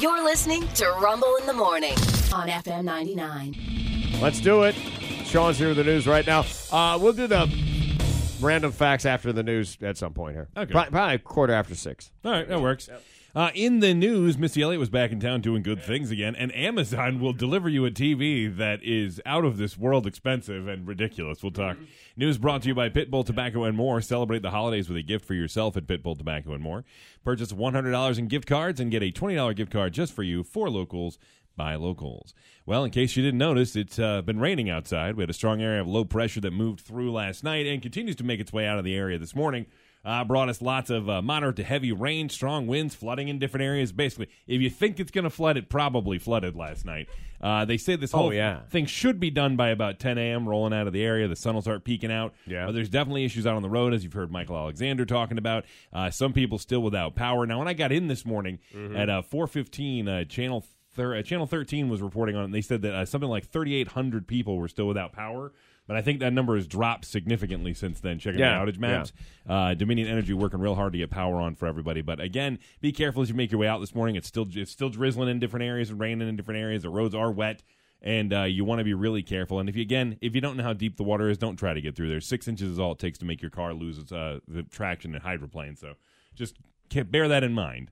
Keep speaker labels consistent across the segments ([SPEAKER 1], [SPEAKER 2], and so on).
[SPEAKER 1] You're listening to Rumble in the Morning on FM 99.
[SPEAKER 2] Let's do it. Sean's here with the news right now. Uh, we'll do the random facts after the news at some point here.
[SPEAKER 3] Okay.
[SPEAKER 2] Pro- Probably quarter after six.
[SPEAKER 3] All right, that works. Uh, in the news, Missy Elliott was back in town doing good things again, and Amazon will deliver you a TV that is out of this world expensive and ridiculous. We'll talk. News brought to you by Pitbull Tobacco and More. Celebrate the holidays with a gift for yourself at Pitbull Tobacco and More. Purchase $100 in gift cards and get a $20 gift card just for you for locals by locals. Well, in case you didn't notice, it's uh, been raining outside. We had a strong area of low pressure that moved through last night and continues to make its way out of the area this morning. Uh, brought us lots of uh, moderate to heavy rain, strong winds, flooding in different areas. Basically, if you think it's going to flood, it probably flooded last night. Uh, they say this whole
[SPEAKER 2] Oh, yeah.
[SPEAKER 3] thing should be done by about 10 a.m. Rolling out of the area, the sun will start peeking out.
[SPEAKER 2] Yeah.
[SPEAKER 3] but there's definitely issues out on the road, as you've heard Michael Alexander talking about. Uh, some people still without power. Now, when I got in this morning
[SPEAKER 2] Mm-hmm.
[SPEAKER 3] at uh, 4:15, uh, channel thir- uh, channel 13 was reporting on it. And they said that uh, something like 3,800 people were still without power. But I think that number has dropped significantly since then. Checking
[SPEAKER 2] Yeah,
[SPEAKER 3] the outage
[SPEAKER 2] yeah.
[SPEAKER 3] maps, uh, Dominion Energy working real hard to get power on for everybody. But again, be careful as you make your way out this morning. It's still it's still drizzling in different areas and raining in different areas. The roads are wet, and uh, you want to be really careful. And if you again, if you don't know how deep the water is, don't try to get through there. Six inches is all it takes to make your car lose its, uh, the traction and hydroplane. So just ca- bear that in mind.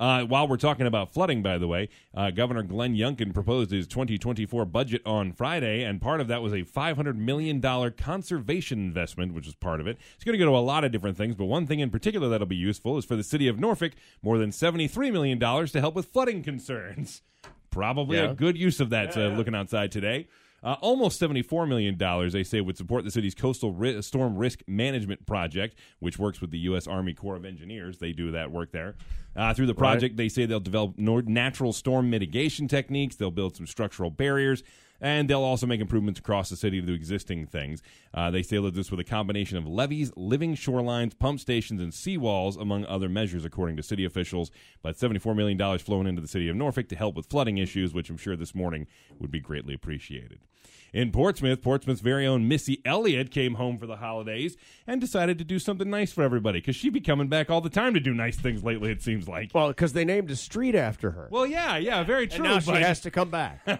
[SPEAKER 3] Uh, while we're talking about flooding, by the way, uh, Governor Glenn Youngkin proposed his 2024 budget on Friday, and part of that was a $500 million conservation investment, which is part of it. It's going to go to a lot of different things, but one thing in particular that'll be useful is for the city of Norfolk, more than $73 million to help with flooding concerns. Probably
[SPEAKER 2] Yeah.
[SPEAKER 3] a good use of that, uh, looking outside today. Uh, almost $74 million, they say, would support the city's coastal ri- storm risk management project, which works with the U.S. Army Corps of Engineers. They do that work there. Uh, through the project, they say they'll develop nor- natural storm mitigation techniques, they'll build some structural barriers, and they'll also make improvements across the city to the existing things. Uh, they say they'll do this with a combination of levees, living shorelines, pump stations, and seawalls, among other measures, according to city officials. But $74 million flowing into the city of Norfolk to help with flooding issues, which I'm sure this morning would be greatly appreciated. In Portsmouth, Portsmouth's very own Missy Elliott came home for the holidays and decided to do something nice for everybody because she be coming back all the time to do nice things lately, it seems like.
[SPEAKER 2] Well, because they named a street after her.
[SPEAKER 3] Well, yeah, yeah, very
[SPEAKER 2] and
[SPEAKER 3] true.
[SPEAKER 2] now she
[SPEAKER 3] but-
[SPEAKER 2] has to come back.
[SPEAKER 3] I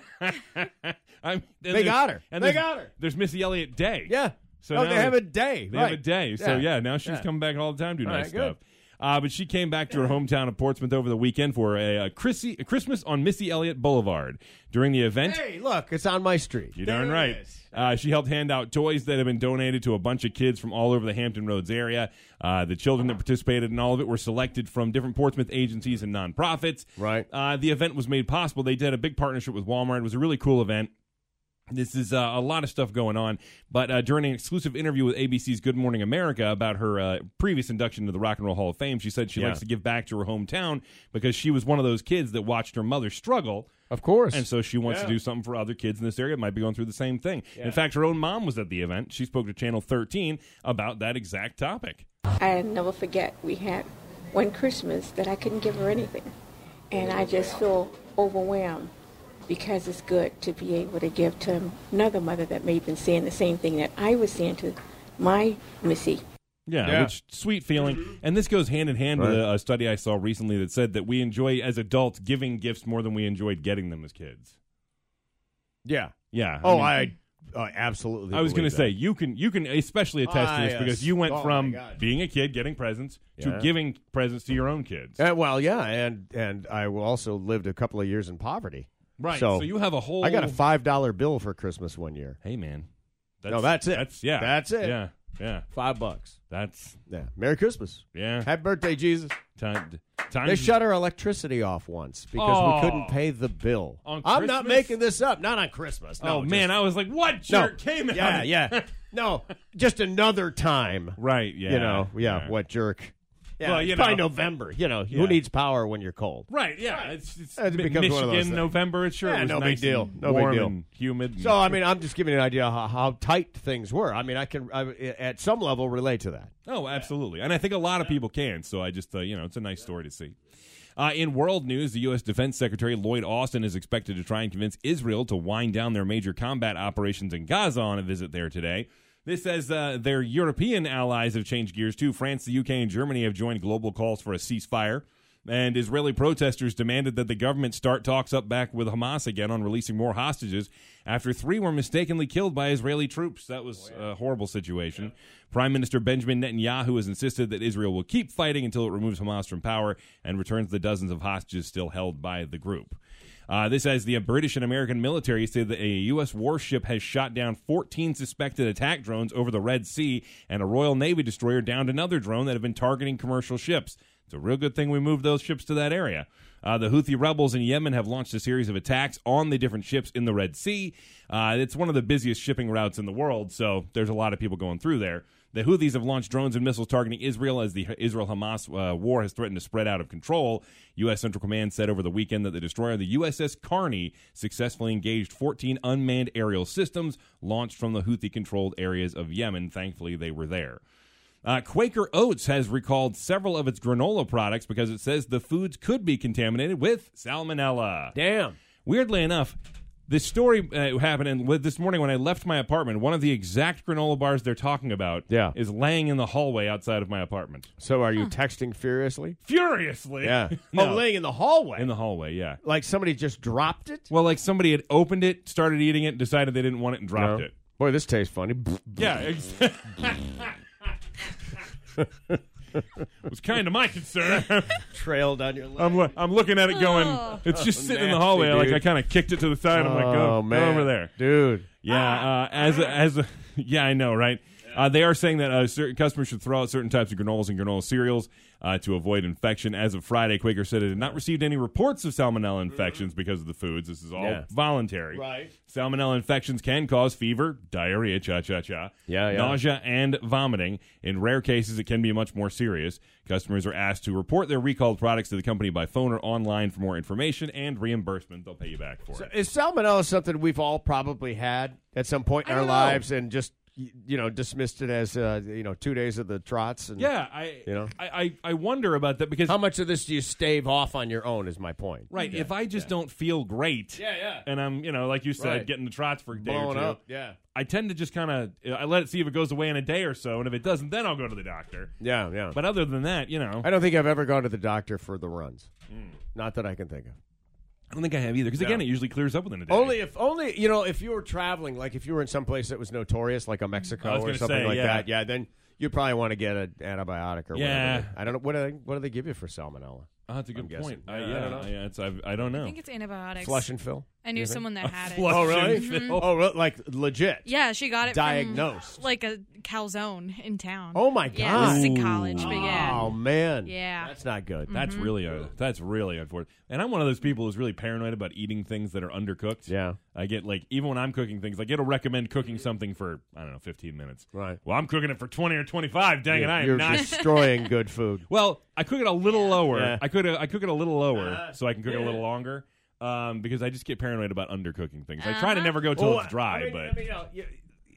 [SPEAKER 3] mean, and
[SPEAKER 2] They
[SPEAKER 3] there's-
[SPEAKER 2] got her.
[SPEAKER 3] And
[SPEAKER 2] They
[SPEAKER 3] there's-
[SPEAKER 2] got her.
[SPEAKER 3] There's Missy Elliott Day.
[SPEAKER 2] yeah.
[SPEAKER 3] So
[SPEAKER 2] no,
[SPEAKER 3] now
[SPEAKER 2] they have a day.
[SPEAKER 3] They
[SPEAKER 2] right.
[SPEAKER 3] have a day. So yeah, now she's
[SPEAKER 2] Yeah.
[SPEAKER 3] coming back all the time to do
[SPEAKER 2] All
[SPEAKER 3] nice
[SPEAKER 2] right, good.
[SPEAKER 3] stuff. Uh, but she came back to her hometown of Portsmouth over the weekend for a, uh Chrissy, a Christmas on Missy Elliott Boulevard. During the event,
[SPEAKER 2] Hey, look, it's on my street.
[SPEAKER 3] you're darn
[SPEAKER 2] There it
[SPEAKER 3] right.
[SPEAKER 2] is.
[SPEAKER 3] Uh, she helped hand out toys that have been donated to a bunch of kids from all over the Hampton Roads area. Uh, the children that participated in all of it were selected from different Portsmouth agencies and nonprofits.
[SPEAKER 2] Right.
[SPEAKER 3] Uh, the event was made possible. They did a big partnership with Walmart. It was a really cool event. This is uh, a lot of stuff going on, but uh, during an exclusive interview with ABC's Good Morning America about her uh, previous induction to the Rock and Roll Hall of Fame, she said she
[SPEAKER 2] Yeah.
[SPEAKER 3] likes to give back to her hometown because she was one of those kids that watched her mother struggle.
[SPEAKER 2] Of course.
[SPEAKER 3] And so she wants
[SPEAKER 2] Yeah.
[SPEAKER 3] to do something for other kids in this area that might be going through the same thing. In fact, her own mom was at the event. She spoke to Channel 13 about that exact topic.
[SPEAKER 4] I never forget we had one Christmas that I couldn't give her anything. And I just feel overwhelmed because it's good to be able to give to another mother that may have been saying the same thing that I was saying to my Missy.
[SPEAKER 3] Yeah,
[SPEAKER 2] Yeah.
[SPEAKER 3] which sweet feeling. And this goes hand in hand with a, a study I saw recently that said that we enjoy as adults giving gifts more than we enjoyed getting them as kids.
[SPEAKER 2] yeah.
[SPEAKER 3] Yeah.
[SPEAKER 2] Oh,
[SPEAKER 3] mean,
[SPEAKER 2] I, I absolutely.
[SPEAKER 3] I was
[SPEAKER 2] going to
[SPEAKER 3] say you can you can especially attest to this
[SPEAKER 2] I, uh,
[SPEAKER 3] because you went
[SPEAKER 2] oh my
[SPEAKER 3] from
[SPEAKER 2] God.
[SPEAKER 3] being a kid getting presents
[SPEAKER 2] Yeah.
[SPEAKER 3] to giving presents to your own kids.
[SPEAKER 2] Uh, well, yeah, and and I also lived a couple of years in poverty.
[SPEAKER 3] Right.
[SPEAKER 2] So,
[SPEAKER 3] So, you have a whole
[SPEAKER 2] I got a five dollar bill for Christmas one year.
[SPEAKER 3] Hey man.
[SPEAKER 2] No, that's it.
[SPEAKER 3] That's yeah.
[SPEAKER 2] That's it.
[SPEAKER 3] Yeah. Yeah.
[SPEAKER 2] Five bucks.
[SPEAKER 3] That's
[SPEAKER 2] Yeah. Merry Christmas.
[SPEAKER 3] yeah.
[SPEAKER 2] Happy birthday, Jesus.
[SPEAKER 3] Time. Time.
[SPEAKER 2] They shut our electricity off once because
[SPEAKER 3] Oh.
[SPEAKER 2] we couldn't pay the bill.
[SPEAKER 3] On
[SPEAKER 2] I'm not
[SPEAKER 3] Christmas?
[SPEAKER 2] making this up. Not on Christmas. No,
[SPEAKER 3] oh man, I was like, what
[SPEAKER 2] just, no.
[SPEAKER 3] jerk came out?
[SPEAKER 2] Yeah, yeah. no, just another time.
[SPEAKER 3] Right. Yeah.
[SPEAKER 2] You know, yeah, what jerk. Yeah,
[SPEAKER 3] Well,
[SPEAKER 2] it's
[SPEAKER 3] you
[SPEAKER 2] probably
[SPEAKER 3] know.
[SPEAKER 2] November. You know,
[SPEAKER 3] Yeah.
[SPEAKER 2] who needs power when you're cold?
[SPEAKER 3] Right. Yeah. It's, it's
[SPEAKER 2] It
[SPEAKER 3] Mi-
[SPEAKER 2] becomes
[SPEAKER 3] Michigan,
[SPEAKER 2] one of those things.
[SPEAKER 3] November. It's sure.
[SPEAKER 2] Yeah,
[SPEAKER 3] it was
[SPEAKER 2] no big
[SPEAKER 3] nice
[SPEAKER 2] deal.
[SPEAKER 3] and
[SPEAKER 2] No big
[SPEAKER 3] warm
[SPEAKER 2] deal.
[SPEAKER 3] And humid. and-
[SPEAKER 2] So I mean, I'm just giving you an idea how, how tight things were. I mean, I can I, at some level relate to that.
[SPEAKER 3] Oh, absolutely. And I think a lot of people can. So I just, uh, you know, it's a nice story to see. Uh, in world news, the U.S. Defense Secretary Lloyd Austin is expected to try and convince Israel to wind down their major combat operations in Gaza on a visit there today. This as uh, their European allies have changed gears too. France, the U.K., and Germany have joined global calls for a ceasefire. And Israeli protesters demanded that the government start talks up back with Hamas again on releasing more hostages after three were mistakenly killed by Israeli troops. That was uh, a horrible situation. Prime Minister Benjamin Netanyahu has insisted that Israel will keep fighting until it removes Hamas from power and returns the dozens of hostages still held by the group. Uh, this as the British and American military say that a U.S. warship has shot down 14 suspected attack drones over the Red Sea, and a Royal Navy destroyer downed another drone that have been targeting commercial ships. It's a real good thing we moved those ships to that area. Uh, the Houthi rebels in Yemen have launched a series of attacks on the different ships in the Red Sea. Uh, it's one of the busiest shipping routes in the world, so there's a lot of people going through there. The Houthis have launched drones and missiles targeting Israel as the Israel Hamas uh, war has threatened to spread out of control. U.S. Central Command said over the weekend that the destroyer, the USS Carney, successfully engaged 14 unmanned aerial systems launched from the Houthi controlled areas of Yemen. Thankfully, they were there. Uh, Quaker Oats has recalled several of its granola products because it says the foods could be contaminated with salmonella.
[SPEAKER 2] Damn.
[SPEAKER 3] Weirdly enough, this story uh, happened in, with- this morning when I left my apartment. One of the exact granola bars they're talking about
[SPEAKER 2] Yeah.
[SPEAKER 3] is laying in the hallway outside of my apartment.
[SPEAKER 2] So are you texting furiously?
[SPEAKER 3] Furiously.
[SPEAKER 2] Yeah.
[SPEAKER 3] No.
[SPEAKER 2] Oh, laying in the hallway.
[SPEAKER 3] in the hallway, yeah.
[SPEAKER 2] like somebody just dropped it?
[SPEAKER 3] Well, like somebody had opened it, started eating it, decided they didn't want it, and dropped
[SPEAKER 2] No.
[SPEAKER 3] it.
[SPEAKER 2] Boy, this tastes funny.
[SPEAKER 3] Yeah. Ex- was kind of my concern.
[SPEAKER 2] Trailed on your leg.
[SPEAKER 3] I'm, loo- I'm looking at it going, it's just sitting in the hallway.
[SPEAKER 2] Oh, Nasty,
[SPEAKER 3] Like
[SPEAKER 2] dude.
[SPEAKER 3] I kind of kicked it to the side. I'm like, go,
[SPEAKER 2] oh,
[SPEAKER 3] go
[SPEAKER 2] man.
[SPEAKER 3] over there.
[SPEAKER 2] Dude. Ah,
[SPEAKER 3] Yeah, uh, as a, as a, yeah, I know, right? Uh, they are saying that uh, certain customers should throw out certain types of granolas and granola cereals uh, to avoid infection. As of Friday, Quaker said it had not received any reports of salmonella infections because of the foods. This is all
[SPEAKER 2] Mm-hmm. Yeah.
[SPEAKER 3] voluntary.
[SPEAKER 2] Right.
[SPEAKER 3] Salmonella infections can cause fever, diarrhea, cha cha cha,
[SPEAKER 2] Yeah, yeah.
[SPEAKER 3] nausea, and vomiting. In rare cases, it can be much more serious. Customers are asked to report their recalled products to the company by phone or online for more information and reimbursement. They'll pay you back for it.
[SPEAKER 2] Is salmonella something we've all probably had at some point in
[SPEAKER 3] I
[SPEAKER 2] our
[SPEAKER 3] don't know.
[SPEAKER 2] lives and just, y- you know, dismissed it as, uh, you know, two days of the trots? And
[SPEAKER 3] Yeah, I
[SPEAKER 2] You know?
[SPEAKER 3] I, I, I wonder about that because
[SPEAKER 2] How much of this do you stave off on your own is my point.
[SPEAKER 3] right, if I just don't feel great,
[SPEAKER 2] Yeah, yeah.
[SPEAKER 3] and I'm you know like you said
[SPEAKER 2] Right.
[SPEAKER 3] getting the trots for a day or
[SPEAKER 2] Blowing
[SPEAKER 3] two,
[SPEAKER 2] up. Yeah.
[SPEAKER 3] I tend to just kind of I let it see if it goes away in a day or so, and if it doesn't, then I'll go to the doctor.
[SPEAKER 2] Yeah, yeah.
[SPEAKER 3] But other than that, you know,
[SPEAKER 2] I don't think I've ever gone to the doctor for the runs.
[SPEAKER 3] Hmm.
[SPEAKER 2] Not that I can think of.
[SPEAKER 3] I don't think I have either because again, it usually clears up within a day.
[SPEAKER 2] Only if only you know if you were traveling, like if you were in some place that was notorious, like a
[SPEAKER 3] I
[SPEAKER 2] Mexico
[SPEAKER 3] was
[SPEAKER 2] or
[SPEAKER 3] gonna
[SPEAKER 2] something
[SPEAKER 3] say,
[SPEAKER 2] like
[SPEAKER 3] yeah.
[SPEAKER 2] that. Yeah, then you probably want to get an antibiotic or
[SPEAKER 3] Yeah.
[SPEAKER 2] whatever. I don't know what do they what do they give you for salmonella?
[SPEAKER 3] oh, that's a
[SPEAKER 2] I'm
[SPEAKER 3] good
[SPEAKER 2] guessing.
[SPEAKER 3] point. I,
[SPEAKER 2] Yeah, I
[SPEAKER 3] yeah,
[SPEAKER 2] don't know.
[SPEAKER 3] yeah, it's, I've, I don't know.
[SPEAKER 5] I think it's antibiotics.
[SPEAKER 2] Flush and fill.
[SPEAKER 5] I knew someone that had it.
[SPEAKER 3] Flush
[SPEAKER 2] Oh really?
[SPEAKER 3] and fill.
[SPEAKER 2] Oh, re- like legit.
[SPEAKER 5] Yeah, she got it from,
[SPEAKER 2] Diagnosed.
[SPEAKER 5] like a calzone in town.
[SPEAKER 2] Oh, my
[SPEAKER 5] Yeah, this is in
[SPEAKER 3] God.
[SPEAKER 5] college, but yeah.
[SPEAKER 2] Oh man.
[SPEAKER 5] Yeah. Mm.
[SPEAKER 2] That's not good.
[SPEAKER 3] That's really a, that's really unfortunate. And I'm one of those people who's really paranoid about eating things that are undercooked.
[SPEAKER 2] Yeah. Mm-hmm.
[SPEAKER 3] I get like even when I'm cooking things, like it'll recommend cooking something for I don't know 15 minutes.
[SPEAKER 2] Right.
[SPEAKER 3] Well, I'm cooking it for 20 or 25. Dang it, I
[SPEAKER 2] You're
[SPEAKER 3] am not.
[SPEAKER 2] destroying good food.
[SPEAKER 3] well, I cook it a little lower.
[SPEAKER 2] Yeah. Uh,
[SPEAKER 3] I could uh, I cook it a little lower so I can cook it a little longer. Um, because I just get paranoid about undercooking things. I try to never go till
[SPEAKER 2] Uh-huh. Well,
[SPEAKER 3] it's dry,
[SPEAKER 2] I mean-
[SPEAKER 3] but
[SPEAKER 2] I mean, you know, you-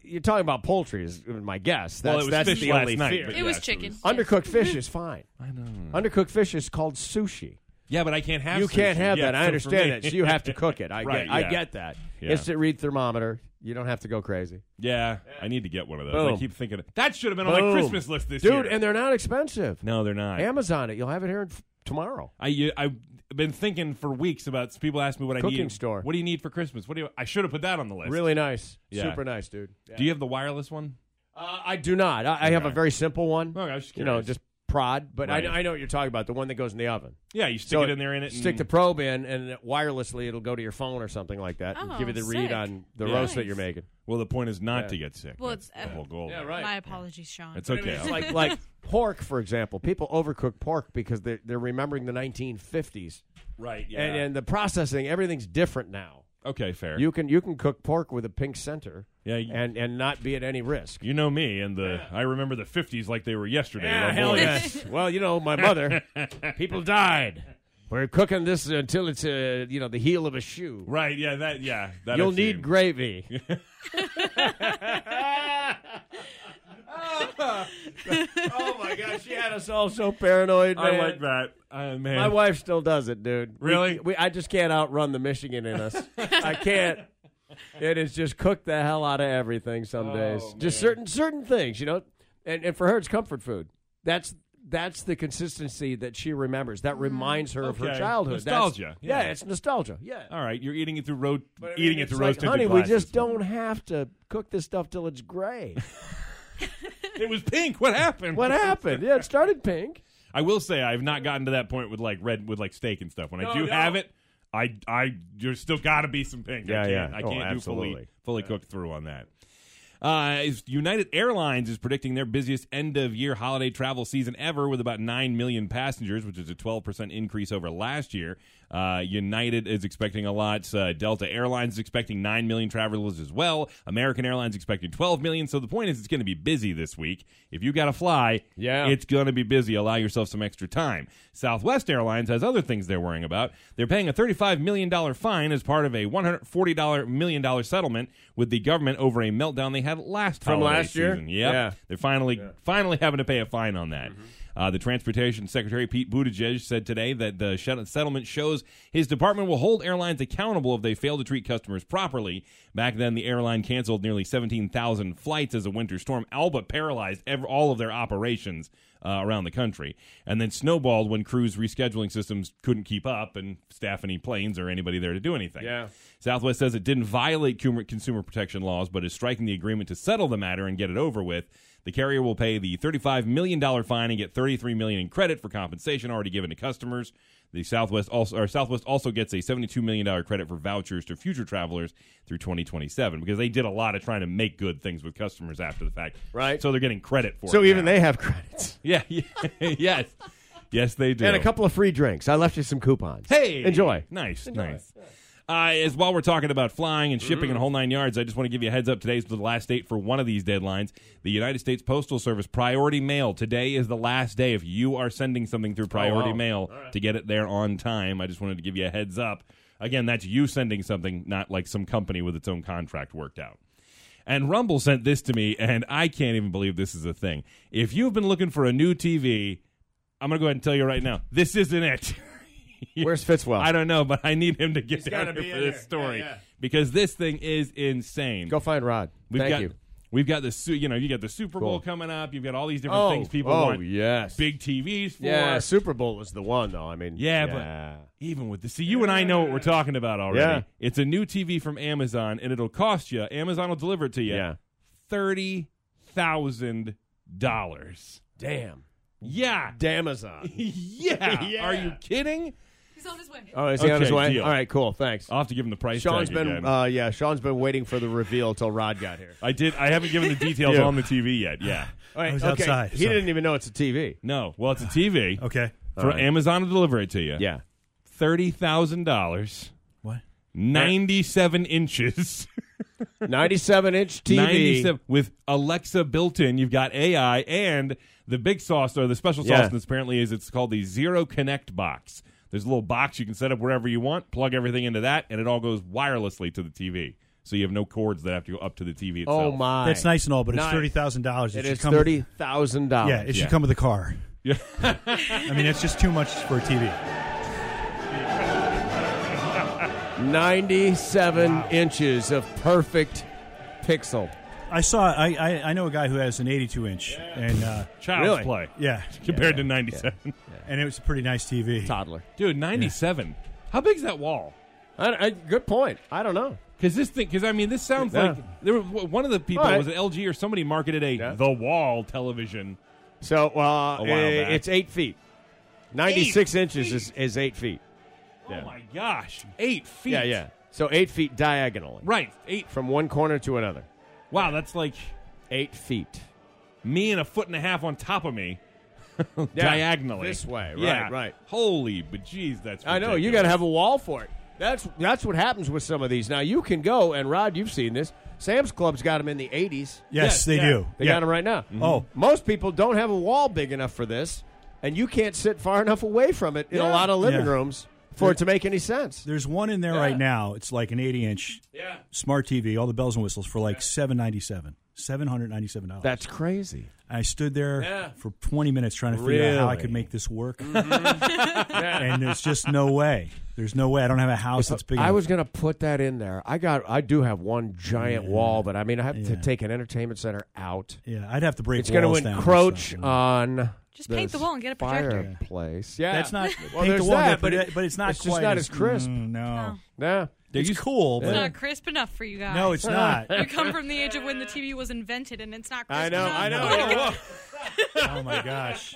[SPEAKER 2] you're talking about poultry is my guess.
[SPEAKER 3] well,
[SPEAKER 2] That's
[SPEAKER 3] it was
[SPEAKER 2] that's
[SPEAKER 3] fish
[SPEAKER 2] the
[SPEAKER 3] last
[SPEAKER 2] only
[SPEAKER 3] night.
[SPEAKER 2] fear.
[SPEAKER 3] but
[SPEAKER 5] It was
[SPEAKER 3] yes,
[SPEAKER 5] chicken.
[SPEAKER 2] Undercooked fish is fine.
[SPEAKER 3] I know.
[SPEAKER 2] Undercooked fish is called sushi.
[SPEAKER 3] Yeah, but I can't have
[SPEAKER 2] you can't
[SPEAKER 3] sushi.
[SPEAKER 2] have
[SPEAKER 3] Yeah,
[SPEAKER 2] that.
[SPEAKER 3] so
[SPEAKER 2] I
[SPEAKER 3] for
[SPEAKER 2] understand
[SPEAKER 3] me-
[SPEAKER 2] that. So you have to cook it. I
[SPEAKER 3] Right,
[SPEAKER 2] get, I
[SPEAKER 3] yeah.
[SPEAKER 2] get that.
[SPEAKER 3] Yeah.
[SPEAKER 2] Instant read thermometer. You don't have to go crazy.
[SPEAKER 3] Yeah, I need to get one of those. I
[SPEAKER 2] Boom.
[SPEAKER 3] keep thinking that should have been on my
[SPEAKER 2] Boom.
[SPEAKER 3] Christmas list this
[SPEAKER 2] dude.
[SPEAKER 3] year.
[SPEAKER 2] And they're not expensive.
[SPEAKER 3] no, they're not.
[SPEAKER 2] Amazon it. You'll have it here f- tomorrow.
[SPEAKER 3] I you- I've been thinking for weeks about people ask me what I
[SPEAKER 2] Cooking
[SPEAKER 3] need.
[SPEAKER 2] store.
[SPEAKER 3] What do you need for Christmas? What do you? I should have put that on the list.
[SPEAKER 2] Really nice.
[SPEAKER 3] Yeah.
[SPEAKER 2] Super nice, dude. Yeah.
[SPEAKER 3] Do you have the wireless one?
[SPEAKER 2] Uh, I do not. I, I have a
[SPEAKER 3] Okay.
[SPEAKER 2] very simple one.
[SPEAKER 3] Okay, I was just
[SPEAKER 2] you know,
[SPEAKER 3] curious.
[SPEAKER 2] just prod. But
[SPEAKER 3] Right.
[SPEAKER 2] I, I know what you're talking about. The one that goes in the oven.
[SPEAKER 3] Yeah, you stick
[SPEAKER 2] So
[SPEAKER 3] it in there in it.
[SPEAKER 2] Stick
[SPEAKER 3] and-
[SPEAKER 2] the probe in, and it- wirelessly it'll go to your phone or something like that, and
[SPEAKER 5] Oh,
[SPEAKER 2] give you the read
[SPEAKER 5] sick.
[SPEAKER 2] on the
[SPEAKER 3] Yeah.
[SPEAKER 2] roast that
[SPEAKER 5] Nice.
[SPEAKER 2] you're making.
[SPEAKER 3] well, the point is not
[SPEAKER 2] Yeah.
[SPEAKER 3] to get sick.
[SPEAKER 5] Well,
[SPEAKER 3] That's
[SPEAKER 5] it's-
[SPEAKER 3] the whole goal.
[SPEAKER 2] Yeah, right.
[SPEAKER 5] My apologies, Sean.
[SPEAKER 3] It's okay.
[SPEAKER 2] It's like like pork, for example. People overcook pork because they're they're remembering the 1950s,
[SPEAKER 3] right. Yeah.
[SPEAKER 2] and and the processing everything's different now.
[SPEAKER 3] okay. Fair. You,
[SPEAKER 2] You can you can cook pork with a pink center,
[SPEAKER 3] Yeah, you-
[SPEAKER 2] and and not be at any risk.
[SPEAKER 3] know me, and the I remember the '50s like they were yesterday. Oh, boy.
[SPEAKER 2] well, you know my mother. people died. We're cooking this until it's uh, you know the heel of a shoe.
[SPEAKER 3] Right. Yeah. That. Yeah. That
[SPEAKER 2] You'll
[SPEAKER 3] I've
[SPEAKER 2] need
[SPEAKER 3] seen.
[SPEAKER 2] gravy. oh my gosh, she had us all so paranoid.
[SPEAKER 3] I
[SPEAKER 2] man.
[SPEAKER 3] like that. Uh, man.
[SPEAKER 2] My wife still does it, dude. We-
[SPEAKER 3] Really?
[SPEAKER 2] We, I just can't outrun the Michigan in us. I can't. It is just cook the hell out of
[SPEAKER 3] Oh,
[SPEAKER 2] everything some days. Just certain certain things, you know. And and for her, it's comfort food. That's that's the consistency that she remembers. That reminds her of her
[SPEAKER 3] Okay.
[SPEAKER 2] childhood. That's-
[SPEAKER 3] Nostalgia.
[SPEAKER 2] yeah.
[SPEAKER 3] Yeah.
[SPEAKER 2] it's nostalgia. Yeah.
[SPEAKER 3] All right, you're eating it through road,
[SPEAKER 2] But I mean,
[SPEAKER 3] eating it
[SPEAKER 2] it's
[SPEAKER 3] through
[SPEAKER 2] like,
[SPEAKER 3] roasted.
[SPEAKER 2] Honey, we just don't have to cook this stuff till it's gray.
[SPEAKER 3] It was pink. What happened?
[SPEAKER 2] what happened? Yeah, it started pink.
[SPEAKER 3] I will say I've not gotten to that point with like red with like steak and stuff. When
[SPEAKER 2] No,
[SPEAKER 3] I do
[SPEAKER 2] no.
[SPEAKER 3] have it, I I there's still got to be some pink.
[SPEAKER 2] Yeah,
[SPEAKER 3] I can't,
[SPEAKER 2] yeah.
[SPEAKER 3] I
[SPEAKER 2] Oh,
[SPEAKER 3] can't do fully
[SPEAKER 2] absolutely.
[SPEAKER 3] fully cooked through on that. Uh, is- United Airlines is predicting their busiest end of year holiday travel season ever with about 9 million passengers, which is a 12% increase over last year. Uh, United is expecting a lot. Uh, Delta Airlines is expecting 9 million travelers as well. American Airlines expecting 12 million. So the point is, it's going to be busy this week. If you got to fly,
[SPEAKER 2] Yeah.
[SPEAKER 3] it's going to be busy. Allow yourself some extra time. Southwest Airlines has other things they're worrying about. They're paying a $35 million fine as part of a $140 million settlement with the government over a meltdown they had last
[SPEAKER 2] From
[SPEAKER 3] holiday
[SPEAKER 2] last year?
[SPEAKER 3] season. Yep.
[SPEAKER 2] Yeah. Mm-hmm.
[SPEAKER 3] They're finally finally having to pay a fine on that. Uh, the Transportation Secretary Pete Buttigieg said today that the shut- settlement shows his department will hold airlines accountable if they fail to treat customers properly. Back then, the airline canceled nearly 17,000 flights as a winter storm Alba paralyzed ev- all of their operations uh, around the country, and then snowballed when cruise rescheduling systems couldn't keep up and staff any planes or anybody there to do anything.
[SPEAKER 2] Yeah.
[SPEAKER 3] Southwest says it didn't violate cum- consumer protection laws, but is striking the agreement to settle the matter and get it over with. The carrier will pay the $35 million fine and get $33 million in credit for compensation already given to customers. The Southwest also, or Southwest also gets a $72 million credit for vouchers to future travelers through 2027 because they did a lot of trying to make good things with customers after the fact.
[SPEAKER 2] Right.
[SPEAKER 3] So they're getting credit for it.
[SPEAKER 2] So even
[SPEAKER 3] now.
[SPEAKER 2] they have credits.
[SPEAKER 3] Yeah. yeah yes. Yes, they do.
[SPEAKER 2] And a couple of free drinks. I left you some coupons.
[SPEAKER 3] Hey,
[SPEAKER 2] Enjoy.
[SPEAKER 3] Nice, nice. Uh, as while we're talking about flying and shipping and a whole nine yards, I just want to give you a heads up. Today's the last date for one of these deadlines. The United States Postal Service priority mail. Today is the last day if you are sending something through priority
[SPEAKER 2] wow.
[SPEAKER 3] mail to get it there on time. I just wanted to give you a heads up. Again, that's you sending something, not like some company with its own contract worked out. And Rumble sent this to me, and I can't even believe this is a thing. If you've been looking for a new TV, I'm going to go ahead and tell you right now this isn't it.
[SPEAKER 2] Where's Fitzwell?
[SPEAKER 3] I don't know, but I need him to get down
[SPEAKER 2] gotta
[SPEAKER 3] here
[SPEAKER 2] be
[SPEAKER 3] for
[SPEAKER 2] in
[SPEAKER 3] this
[SPEAKER 2] here.
[SPEAKER 3] story
[SPEAKER 2] Yeah, yeah.
[SPEAKER 3] because this thing is insane.
[SPEAKER 2] Go find Rod.
[SPEAKER 3] We've
[SPEAKER 2] Thank
[SPEAKER 3] got,
[SPEAKER 2] you.
[SPEAKER 3] We've got the su- you know you got the Super Bowl
[SPEAKER 2] Cool.
[SPEAKER 3] coming up. You've got all these different things people
[SPEAKER 2] oh
[SPEAKER 3] want
[SPEAKER 2] yes.
[SPEAKER 3] big TVs for.
[SPEAKER 2] yeah, Super Bowl was the one though. I mean,
[SPEAKER 3] Yeah, but even with the see, you and I know what we're talking about already. It's a new TV from Amazon, and it'll cost you. Amazon will deliver it to you.
[SPEAKER 2] yeah.
[SPEAKER 3] thirty thousand dollars.
[SPEAKER 2] Damn.
[SPEAKER 3] Yeah,
[SPEAKER 2] Damazon.
[SPEAKER 3] yeah.
[SPEAKER 2] Yeah.
[SPEAKER 3] Are you kidding?
[SPEAKER 5] He's on his way.
[SPEAKER 2] Oh, is he on his
[SPEAKER 3] Okay,
[SPEAKER 2] way?
[SPEAKER 3] deal.
[SPEAKER 2] All right, cool. Thanks.
[SPEAKER 3] I'll have to give him the price.
[SPEAKER 2] Sean's
[SPEAKER 3] tag
[SPEAKER 2] been
[SPEAKER 3] again.
[SPEAKER 2] uh, yeah, Sean's been waiting for the reveal till Rod got here.
[SPEAKER 3] I did. I haven't given the details
[SPEAKER 2] Ew.
[SPEAKER 3] on the TV yet. Yeah.
[SPEAKER 2] All right,
[SPEAKER 6] I was
[SPEAKER 2] okay.
[SPEAKER 6] Oh, outside,
[SPEAKER 2] He
[SPEAKER 6] so-
[SPEAKER 2] didn't even know it's a TV.
[SPEAKER 3] No. Well, it's a TV
[SPEAKER 6] Okay.
[SPEAKER 3] for
[SPEAKER 2] right.
[SPEAKER 3] Amazon to deliver it to you.
[SPEAKER 2] Yeah.
[SPEAKER 3] Thirty thousand dollars,
[SPEAKER 6] What?
[SPEAKER 3] ninety-seven inches,
[SPEAKER 2] 97 inch TV.
[SPEAKER 3] ninety-seven with Alexa built in. You've got AI and the big sauce or the special sauce.
[SPEAKER 2] Yeah.
[SPEAKER 3] This apparently is it's called the Zero Connect box. There's a little box you can set up wherever you want. Plug everything into that, and it all goes wirelessly to the TV. So you have no cords that have to go up to the TV itself.
[SPEAKER 2] Oh my.
[SPEAKER 6] That's nice and all, but it's
[SPEAKER 2] Nice.
[SPEAKER 6] thirty thousand dollars.
[SPEAKER 2] It is $30,000.
[SPEAKER 6] Yeah, it
[SPEAKER 3] Yeah.
[SPEAKER 6] should come with a car.
[SPEAKER 3] Yeah.
[SPEAKER 6] I mean, it's just too much for a TV.
[SPEAKER 2] 97 inches of perfect pixel.
[SPEAKER 6] I saw. I I, I know a guy who has an eighty-two inch, and uh,
[SPEAKER 3] Child's
[SPEAKER 2] Really?
[SPEAKER 3] play
[SPEAKER 6] yeah,
[SPEAKER 3] compared to ninety-seven.
[SPEAKER 6] and it was a pretty nice TV.
[SPEAKER 2] Toddler.
[SPEAKER 3] Dude, 97. How big's that wall?
[SPEAKER 2] I, I, good point. I don't know.
[SPEAKER 3] Because this thing, because I mean, this sounds
[SPEAKER 2] Yeah.
[SPEAKER 3] like there were one of the people
[SPEAKER 2] All right.
[SPEAKER 3] was an LG or somebody marketed a
[SPEAKER 2] Yeah.
[SPEAKER 3] the wall television.
[SPEAKER 2] So, uh,
[SPEAKER 3] A while
[SPEAKER 2] eh,
[SPEAKER 3] back.
[SPEAKER 2] it's eight feet. 96 inches is, is eight feet. Yeah.
[SPEAKER 3] Oh my gosh, eight feet.
[SPEAKER 2] Yeah, yeah. So eight feet diagonally.
[SPEAKER 3] Right, eight.
[SPEAKER 2] From one corner to another.
[SPEAKER 3] Wow, that's like
[SPEAKER 2] Eight feet.
[SPEAKER 3] me and a foot and a half on top of me,
[SPEAKER 2] Yeah,
[SPEAKER 3] diagonally
[SPEAKER 2] This way. Right,
[SPEAKER 3] Yeah.
[SPEAKER 2] right.
[SPEAKER 3] Holy, but jeez, that's.
[SPEAKER 2] I know. You
[SPEAKER 3] ridiculous.
[SPEAKER 2] got to have a wall for it. That's that's what happens with some of these. Now, you can go, and Rod, you've seen this. Sam's Club's got them in the 80s.
[SPEAKER 6] Yes,
[SPEAKER 3] Yes,
[SPEAKER 6] they
[SPEAKER 3] yeah.
[SPEAKER 6] do.
[SPEAKER 2] They
[SPEAKER 6] yeah.
[SPEAKER 2] got them right now.
[SPEAKER 6] Oh.
[SPEAKER 2] most people don't have a wall big enough for this, and you can't sit far enough away from it in a lot of living
[SPEAKER 6] Yeah.
[SPEAKER 2] rooms for it to make any sense.
[SPEAKER 6] There's one in there right now. It's like an eighty-inch
[SPEAKER 3] Yeah.
[SPEAKER 6] smart TV, all the bells and whistles for like seven ninety-seven, seven hundred ninety-seven dollars.
[SPEAKER 2] That's crazy.
[SPEAKER 6] I stood there
[SPEAKER 2] Yeah.
[SPEAKER 6] for twenty minutes trying to figure out how I
[SPEAKER 2] Really? Mm-hmm.
[SPEAKER 6] could make this work, and there's just no way. There's no way. I don't have a house that's big.
[SPEAKER 2] Uh, I
[SPEAKER 6] enough.
[SPEAKER 2] was gonna put that in there. I got. I do have one giant wall, but I mean, I have to
[SPEAKER 6] Yeah.
[SPEAKER 2] take an entertainment center out.
[SPEAKER 6] Yeah, I'd have to break.
[SPEAKER 2] It's going to
[SPEAKER 6] walls down and
[SPEAKER 2] encroach uh,
[SPEAKER 6] stuff.
[SPEAKER 2] on
[SPEAKER 5] Just paint the wall and get a projector.
[SPEAKER 2] fireplace. Yeah,
[SPEAKER 6] That's not
[SPEAKER 2] Well,
[SPEAKER 6] paint the
[SPEAKER 2] there's
[SPEAKER 6] wall,
[SPEAKER 2] that,
[SPEAKER 6] but,
[SPEAKER 2] but
[SPEAKER 6] it,
[SPEAKER 2] it-
[SPEAKER 6] but it's not
[SPEAKER 2] it's just
[SPEAKER 6] quite
[SPEAKER 2] not as crisp.
[SPEAKER 6] mm, no.
[SPEAKER 2] yeah.
[SPEAKER 6] It's cool,
[SPEAKER 5] It's
[SPEAKER 6] but
[SPEAKER 5] not crisp enough for you guys.
[SPEAKER 6] no, it's not.
[SPEAKER 5] You come from the age of when the TV was invented, and it's not crisp
[SPEAKER 2] I know,
[SPEAKER 5] enough.
[SPEAKER 2] I know.
[SPEAKER 6] oh my gosh!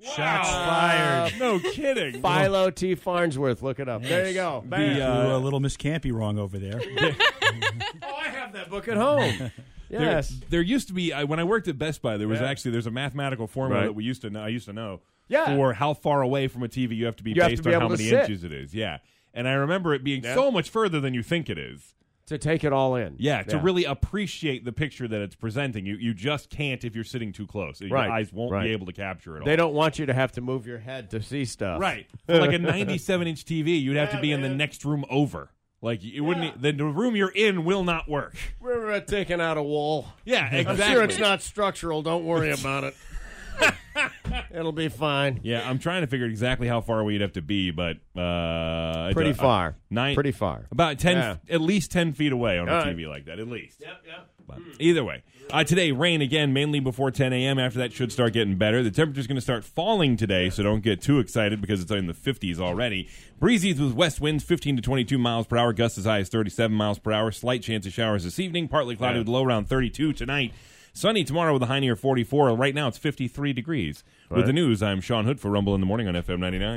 [SPEAKER 6] Shots fired.
[SPEAKER 3] No kidding.
[SPEAKER 2] Philo T. Farnsworth, look it up. There you go. Bam.
[SPEAKER 6] Threw a uh, little Miss Campy wrong over there.
[SPEAKER 2] oh, I have that book at home.
[SPEAKER 3] There,
[SPEAKER 2] yes.
[SPEAKER 3] there used to be I, when I worked at Best Buy. There was
[SPEAKER 2] Yeah.
[SPEAKER 3] actually there's a mathematical formula
[SPEAKER 2] Right.
[SPEAKER 3] that we used to know. I used to know
[SPEAKER 2] Yeah.
[SPEAKER 3] for how far away from a TV you have to be
[SPEAKER 2] You have to
[SPEAKER 3] based
[SPEAKER 2] be
[SPEAKER 3] on how
[SPEAKER 2] able to
[SPEAKER 3] many
[SPEAKER 2] sit.
[SPEAKER 3] inches it is. Yeah, and I remember it being
[SPEAKER 2] Yeah.
[SPEAKER 3] so much further than you think it is.
[SPEAKER 2] to take it all in.
[SPEAKER 3] Yeah, to really appreciate the picture that it's presenting, you you just can't if you're sitting too close. Your
[SPEAKER 2] Right,
[SPEAKER 3] eyes won't
[SPEAKER 2] right.
[SPEAKER 3] be able to capture it.
[SPEAKER 2] They
[SPEAKER 3] all.
[SPEAKER 2] don't want you to have to move your head to see stuff.
[SPEAKER 3] Right. For like a 97 inch TV, you'd have to be in the next room over. Like it wouldn't. e, The, the room you're in will not work.
[SPEAKER 2] We're uh, taking out a wall.
[SPEAKER 3] Yeah,
[SPEAKER 2] I'm
[SPEAKER 3] exactly.
[SPEAKER 2] sure it's not structural. Don't worry about it. It'll be fine.
[SPEAKER 3] Yeah, I'm trying to figure exactly how far away you'd have to be, but uh,
[SPEAKER 2] Pretty
[SPEAKER 3] uh,
[SPEAKER 2] far.
[SPEAKER 3] nine,
[SPEAKER 2] Pretty far.
[SPEAKER 3] about ten,
[SPEAKER 2] Yeah.
[SPEAKER 3] at least ten feet away on a
[SPEAKER 2] All right.
[SPEAKER 3] TV like that, at least. Yep, yep. But either way, uh, today rain again, mainly before 10 a.m. After that, should start getting better. The temperature's going to start falling today, so don't get too excited because it's in the 50s already. Breezy with west winds, 15 to 22 miles per hour. Gusts as high as 37 miles per hour. Slight chance of showers this evening. Partly cloudy
[SPEAKER 2] Yeah.
[SPEAKER 3] with low around 32 tonight. Sunny tomorrow with a high near 44. Right now, it's 53 degrees. With the news, I'm Sean Hood for Rumble in the Morning on FM 99.